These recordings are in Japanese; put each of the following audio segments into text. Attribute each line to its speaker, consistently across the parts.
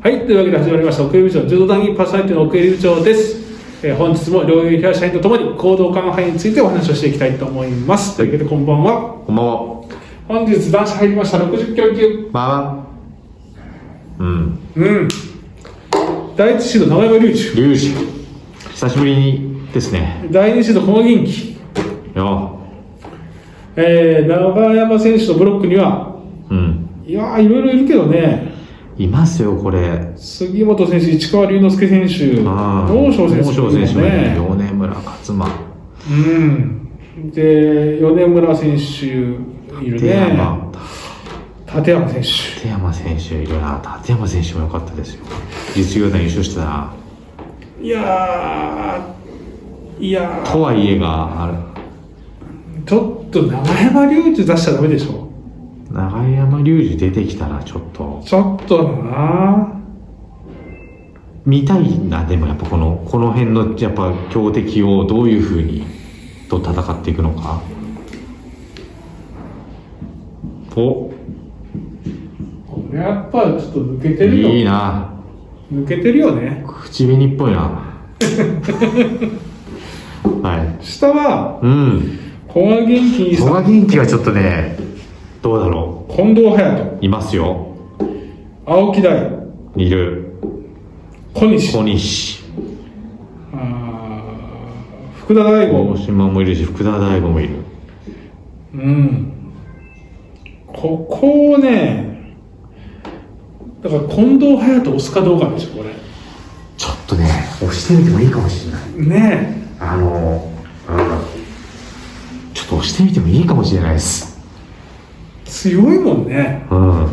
Speaker 1: はい、というわけで始まりました奥江部長柔道談義パーソナリティの奥江部長です、えー本日も療養社員とともに行動緩和範囲についてお話をしていきたいと思います、というわけでこんばんは
Speaker 2: こんばんは。
Speaker 1: 本日男子入りました60キロ級
Speaker 2: まあ。うん。
Speaker 1: うん第1シード名前が龍樹
Speaker 2: リュウジ。久しぶりにですね。
Speaker 1: 第2シード駒銀輝、
Speaker 2: よ。
Speaker 1: えー、長山選手のブロックには
Speaker 2: うん。
Speaker 1: いやーいろいろいるけどね
Speaker 2: いますよ、これ。
Speaker 1: 杉本選手市川龍之介選手
Speaker 2: ああ
Speaker 1: 王将選手
Speaker 2: 王将選手もいる
Speaker 1: ね
Speaker 2: よ米村勝馬。
Speaker 1: うんで米村選手いる
Speaker 2: 立
Speaker 1: ね
Speaker 2: 山。
Speaker 1: 立山選手
Speaker 2: 立山選手いるな。立山選手も良かったですよ。実業団優勝してたな。
Speaker 1: いやーいや
Speaker 2: と
Speaker 1: ー
Speaker 2: はいえが、ある。
Speaker 1: ちょっと長山隆二出しちゃダメでしょ
Speaker 2: 長山隆二出てきたらちょっと
Speaker 1: ちょっとな
Speaker 2: 見たいなでもやっぱこのこの辺のやっぱ強敵をどういうふうにと戦っていくのかお
Speaker 1: これやっぱちょっと抜けてるよ
Speaker 2: いいな
Speaker 1: 抜けてるよね
Speaker 2: 口紅っぽい なはい
Speaker 1: 下は
Speaker 2: うん
Speaker 1: 小賀元気
Speaker 2: 古賀元気はちょっとねどうだろ
Speaker 1: 近藤隼
Speaker 2: ういますよ
Speaker 1: 人青木大
Speaker 2: いる
Speaker 1: 小西
Speaker 2: 小西
Speaker 1: あー福田大
Speaker 2: 大
Speaker 1: 悟
Speaker 2: 島もいるし福田大悟もいる
Speaker 1: うんここをねだから近藤隼人押すかどうかでしょこれ
Speaker 2: ちょっとね押してみてもいいかもしれない
Speaker 1: ねえ
Speaker 2: あの、ちょっと押してみてもいいかもしれないです。
Speaker 1: 強いもんね
Speaker 2: うん。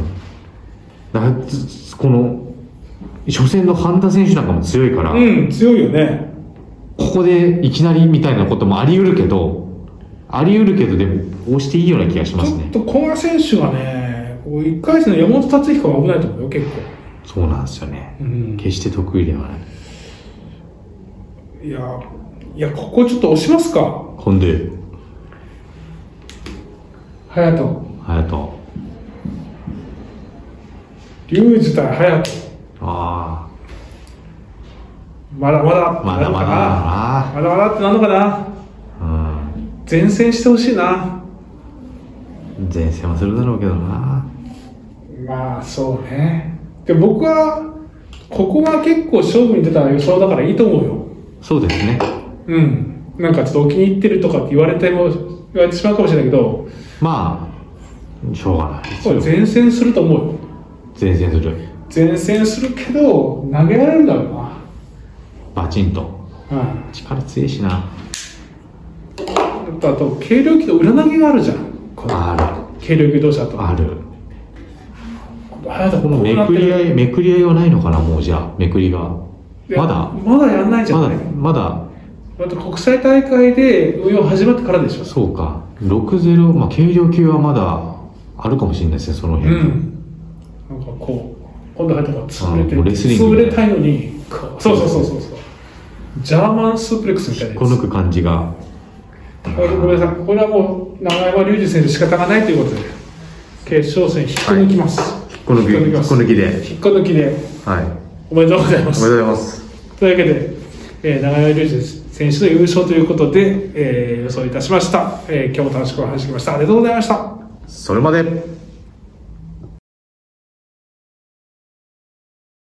Speaker 2: だからつこの、初戦の半田選手なんかも強いから、
Speaker 1: うん強いよね
Speaker 2: ここでいきなりみたいなこともあり得るけど、あり得るけど、でも押していいような気がしま
Speaker 1: ち
Speaker 2: す
Speaker 1: ょっ
Speaker 2: ね。
Speaker 1: と古賀選手がねこう1回戦の山本達彦が危ないと思うよ結構
Speaker 2: そうなんですよね
Speaker 1: う。ん
Speaker 2: 決して得意ではない。
Speaker 1: いやいやここちょっと押しますか
Speaker 2: ほんで、
Speaker 1: 隼人
Speaker 2: 隼人。
Speaker 1: 龍二対隼人
Speaker 2: あ
Speaker 1: まだまだ
Speaker 2: あ、まだまだ
Speaker 1: なのかなまだまだってなるのかな
Speaker 2: だな。うん。
Speaker 1: 前線してほしいな
Speaker 2: 前線はするだろうけどな。
Speaker 1: まあそうねで僕はここは結構勝負に出た予想だからいいと思うよ
Speaker 2: そうですね。
Speaker 1: うんなんかちょっとお気に入ってるとかって言われても言われてしまうかもしれないけど
Speaker 2: まあ、しょうがないです
Speaker 1: こ
Speaker 2: よ
Speaker 1: れ。前線すると思うよ
Speaker 2: 前線する。
Speaker 1: 前線するけど投げられるだろう
Speaker 2: バチンと
Speaker 1: なうん
Speaker 2: 力強いしな
Speaker 1: あとあと軽量級の裏投げがあるじゃんこの
Speaker 2: あ
Speaker 1: 軽量級同士だと
Speaker 2: るある
Speaker 1: 早田
Speaker 2: このめくり合いめくり合いはないのかなもうじゃあめくりがまだ
Speaker 1: まだやんないじゃん
Speaker 2: まだ
Speaker 1: ま
Speaker 2: まだ
Speaker 1: だ国際大会で運用始まってからでしょ
Speaker 2: そうか60まあ軽量級はまだあるかもしれないですねその辺、
Speaker 1: うん、なんかこう今度入ったら潰れて
Speaker 2: あのレスリング
Speaker 1: 潰れたいのにこうそうそうそうそうそうジャーマンスープレックスみたいなや
Speaker 2: こ抜
Speaker 1: つ
Speaker 2: く感じが
Speaker 1: これごめんなさいこれはもう長山隆二選手仕方がないということで決勝戦引っこ抜きます、
Speaker 2: 引っこ抜き
Speaker 1: 引っこ抜き
Speaker 2: 引
Speaker 1: ま
Speaker 2: っ
Speaker 1: す
Speaker 2: こ抜きで
Speaker 1: 引っこ抜きで
Speaker 2: はい
Speaker 1: おめでとうございま
Speaker 2: おめ
Speaker 1: す
Speaker 2: でとうございます
Speaker 1: というわけで、えー、長山隆二選手の優勝ということで、えー予想いたしました、えー今日も楽しくお話しできましたありがとうございました
Speaker 2: それまで